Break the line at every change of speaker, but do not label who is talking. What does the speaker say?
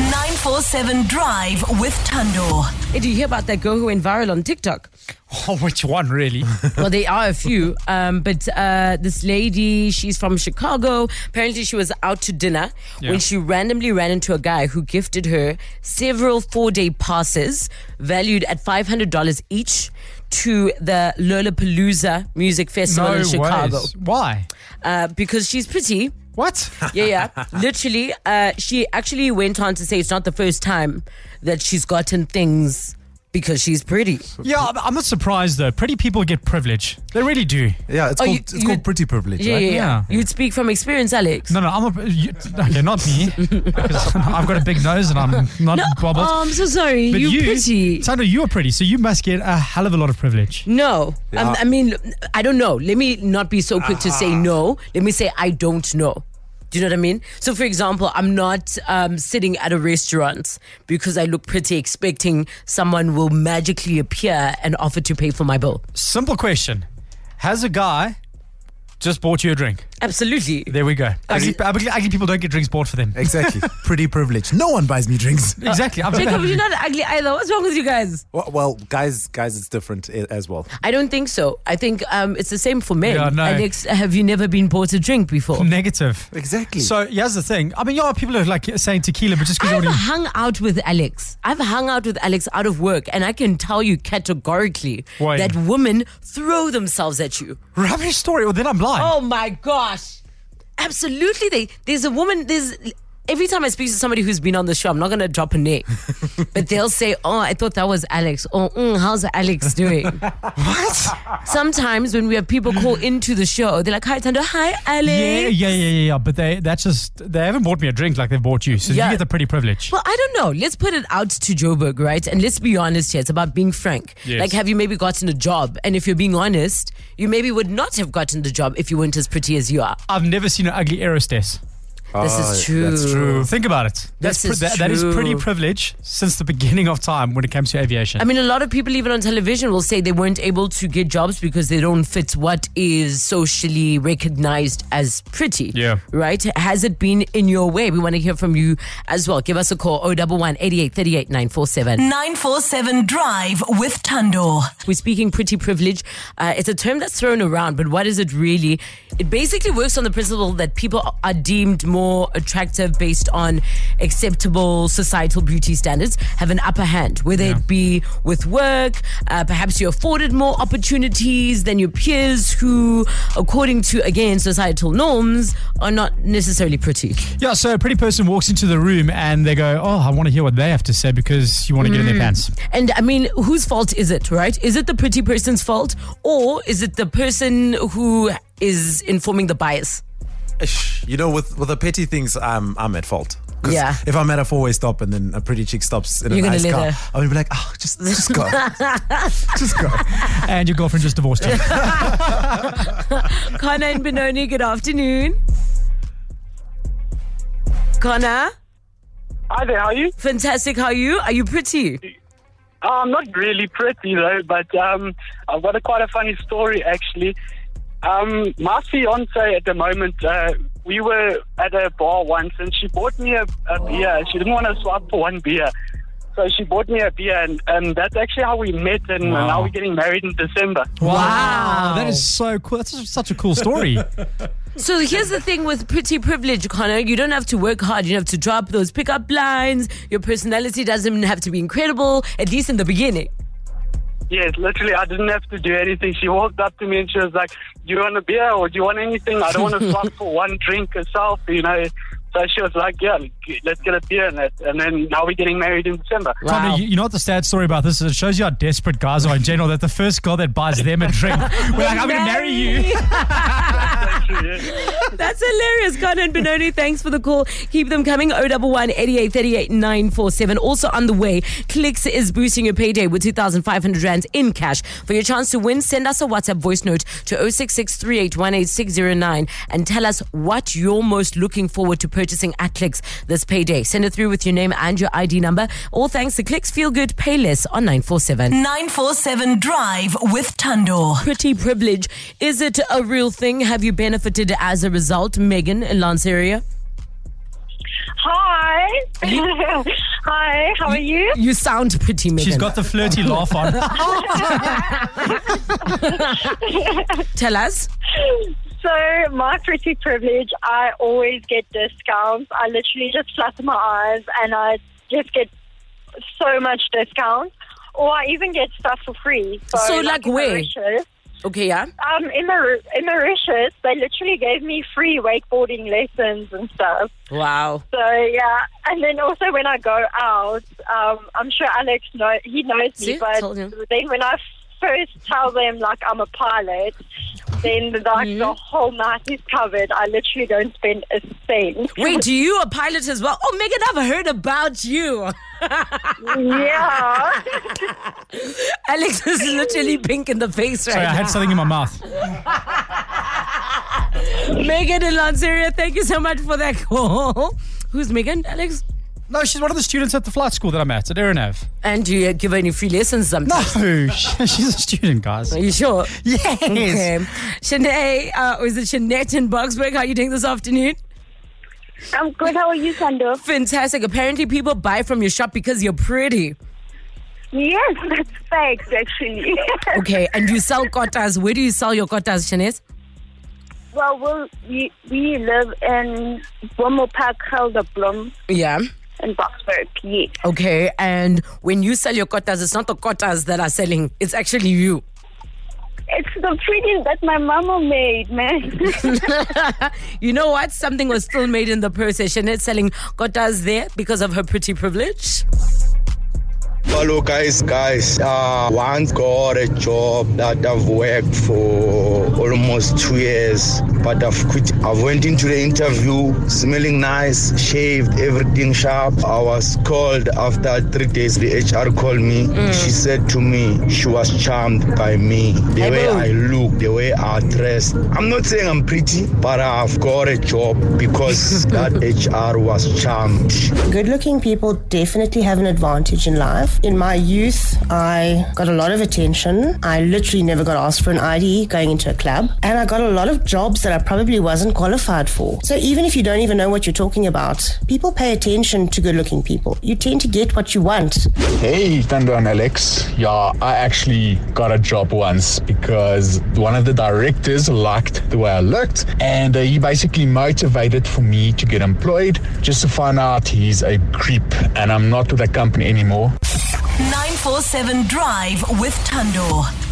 947 Drive with Tando.
Hey, do you hear about that girl who went viral on TikTok?
Oh, which one really?
Well, there are a few, um, but uh, this lady, she's from Chicago. Apparently, she was out to dinner
Yeah.
when she randomly ran into a guy who gifted her several four day passes valued at $500 each to the Lollapalooza Music Festival in Chicago.
ways. Why?
Uh, because she's pretty.
What?
Yeah, yeah. Literally, uh, she actually went on to say it's not the first time that she's gotten things because she's pretty.
yeah, I'm- I'm not surprised though. Pretty people get privilege. They really do.
Yeah, it's
Oh,
called
you-
it's
you-
called pretty privilege,
Yeah,
right?
yeah,
Yeah.
yeah. You'd speak from experience, Alex.
No, no, I'm a. You, okay, not me. Because I've got a big nose and I'm not bobbled.
Oh, I'm so sorry.
but
you,
you,
pretty.
Sandra, you are pretty, so you must get a hell of a lot of privilege.
No, um, I mean, I don't know. Let me not be so quick to
Ah.
say no. Let me say I don't know. Do you know what I mean? So, for example, I'm not um, sitting at a restaurant because I look pretty, expecting someone will magically appear and offer to pay for my bill.
Simple question: Has a guy just bought you a drink?
Absolutely.
There we go. Ugly, ugly, ugly people don't get drinks bought for them.
Exactly. pretty privilege. No one buys me drinks.
Exactly. I'm
Jacob, you're not ugly either. What's wrong with you guys?
Well, well, guys, guys, it's different i- as well.
I don't think so. I think um, it's the same for men.
Yeah, no.
Alex, have you never been bought a drink before?
negative.
Exactly.
So here's the thing. I mean, yeah, people are like saying tequila, but just because you
I've
already.
hung out with Alex. I've hung out with Alex out of work, and I can tell you categorically
Why?
that women throw themselves at you.
Rubbish story. Well, then I'm lying.
Oh my gosh! Absolutely, they. There's a woman. There's every time I speak to somebody who's been on the show, I'm not gonna drop a name, but they'll say, "Oh, I thought that was Alex." Or, mm, "How's Alex doing?" what? Sometimes when we have people call into the show, they're like, "Hi, Tando. Hi, Alex."
Yeah, yeah, yeah, yeah, yeah. But they that's just they haven't bought me a drink like they've bought you. So
Yeah.
you get the pretty privilege.
Well, I don't know. Let's put it out to Joburg, right? And let's be honest here. It's about being frank.
Yes.
Like, have you maybe gotten a job? And if you're being honest, you maybe would not have gotten the job if you weren't as pretty as you are.
I've never seen an ugly aerostess.
this
Oh,
is true.
that's true.
Think about it. That's
This is
that, that is pretty
true. Um,
privilege since the beginning of time when it comes to aviation.
I mean, a lot of people, even on television, will say they weren't able to get jobs because they don't fit what is socially recognized as pretty.
Yeah.
Right? Has it been in your way? We want to hear from you as well. Give us a call 011 88 38 947.
947 Drive with Tando.
We're speaking pretty privilege. Uh, it's a term that's thrown around, but what is it really? It basically works on the principle that people are deemed more attractive based on acceptable societal beauty standards, have an upper hand, whether it be with work, uh, perhaps you're afforded more opportunities than your peers who, according to, again, societal norms, are not necessarily pretty.
yeah, so a pretty person walks into the room and they go, Oh, I want to hear what they have to say because you want to get in
Hmm.
their pants.
And I mean, whose fault is it, right? Is it the pretty person's fault or is it the person who is informing the bias?
You know, with with the petty things, I'm I'm at fault. 'Cause
Yeah.
If I'm at a four way stop and then a pretty chick stops in a
You're gonna
nice
let
car,
her-
I'm gonna be like, oh, just just go, just go.
And your girlfriend just divorced you.
Connor and Benoni, good afternoon. Connor,
Hi there, how are you?
fantastic. How are you? Are you pretty?
Uh, I'm not really pretty though, but um, I've got a quite a funny story actually. Um, my fiance at the moment, uh, we were at a bar once and she bought me a, a beer. She didn't want to swap for one beer. So she bought me a beer and, and that's actually how we met and
Wow.
now we're getting married in December.
Wow.
Oh, That is so cool. That's such a cool story.
So here's the thing with pretty privilege, Connor. You don't have to work hard. You don't have to drop those pickup lines. Your personality doesn't have to be incredible, at least in the beginning.
Yes, literally, I didn't have to do anything. She walked up to me and she was like, "Do you want a beer or do you want anything? I don't want to stop for one drink herself, you know." So she was like, "Yeah, let's get a beer," and, that, and then now we're getting married in December.
Connor, you, you know what the sad story about this is? It shows you how desperate guys are in general. That the first girl that buys them a drink, we're like, I'm going to marry you.
That's hilarious, Connor and Benoni. Thanks for the call. Keep them coming. 011 88 38 947. Also on the way, Clicks is boosting your payday with 2,500 rands in cash. For your chance to win, send us a WhatsApp voice note to 0663818609 and tell us what you're most looking forward to purchasing at Clicks this payday. Send it through with your name and your ID number. All thanks to Clicks Feel Good Pay Less on 947.
947 Drive with Tando.
Pretty privilege. Is it a real thing? Have you benefited as a result, Megan in Lanceria?
Hi. Hi, how are you?
You sound pretty, Megan.
She's got the flirty laugh on.
Tell us.
So, my pretty privilege, I always get discounts. I literally just flutter my eyes and I just get so much discount. Or I even get stuff for free. So,
So, like
in
where?
Mauritius,
Okay, yeah.
Um, in, Maur- in Mauritius, they literally gave me free wakeboarding lessons and stuff.
Wow.
So yeah, and then also when I go out, um, I'm sure Alex know he knows
See?
me, but
Told you.
then when I first tell them like I'm a pilot, then like
Mm-hmm.
the whole night is covered. I literally don't spend a cent.
Wait, do you a pilot as well? Oh, Megan, I've heard about you.
yeah,
Alex is literally pink in the face right
Sorry, I
now.
had something in my mouth.
Megan in Lanseria, thank you so much for that call. Who's Megan? Alex?
No, she's one of the students at the flight school that I'm at, at Aeronav.
And do you give her any free lessons
No,
sometimes?
she- she's a student, guys.
Are you sure?
Yes.
Okay. Shanae, uh, or is it Shanette in Boxburg? How are you doing this afternoon?
I'm good. How are you, Sando?
Fantastic. Apparently, people buy from your shop because you're pretty.
Yes, that's facts actually.
Okay, and you sell kotas. Where do you sell your kotas, Shanette?
well, we'll we we live in Bommel Park, Helderblom,
Yeah.
in Boxburg. Yes.
Okay, and when you sell your kotas, it's not the kotas that are selling, it's actually you.
It's the pretty that my mama made, man.
You know what? Something was still made in the process. Shanette selling kotas there because of her pretty privilege.
Hello, guys, guys. Uh, once got a job that I've worked for almost two years, but I've quit. I went into the interview smelling nice, shaved, everything sharp. I was called after three days. The HR called me. She said to me, she was charmed by me. The way
boo.
I look, the way I dress. I'm not saying I'm pretty, but I've got a job because that HR was charmed.
Good looking people definitely have an advantage in life. In my youth, I got a lot of attention. I literally never got asked for an ID going into a club. And I got a lot of jobs that I probably wasn't qualified for. So even if you don't even know what you're talking about, people pay attention to good looking people. You tend to get what you want.
Hey, Thunder and Alex. Yeah, I actually got a job once because one of the directors liked the way I looked, and uh, he basically motivated for me to get employed just to find out he's a creep and I'm not with the company anymore.
947 Drive with Tundor.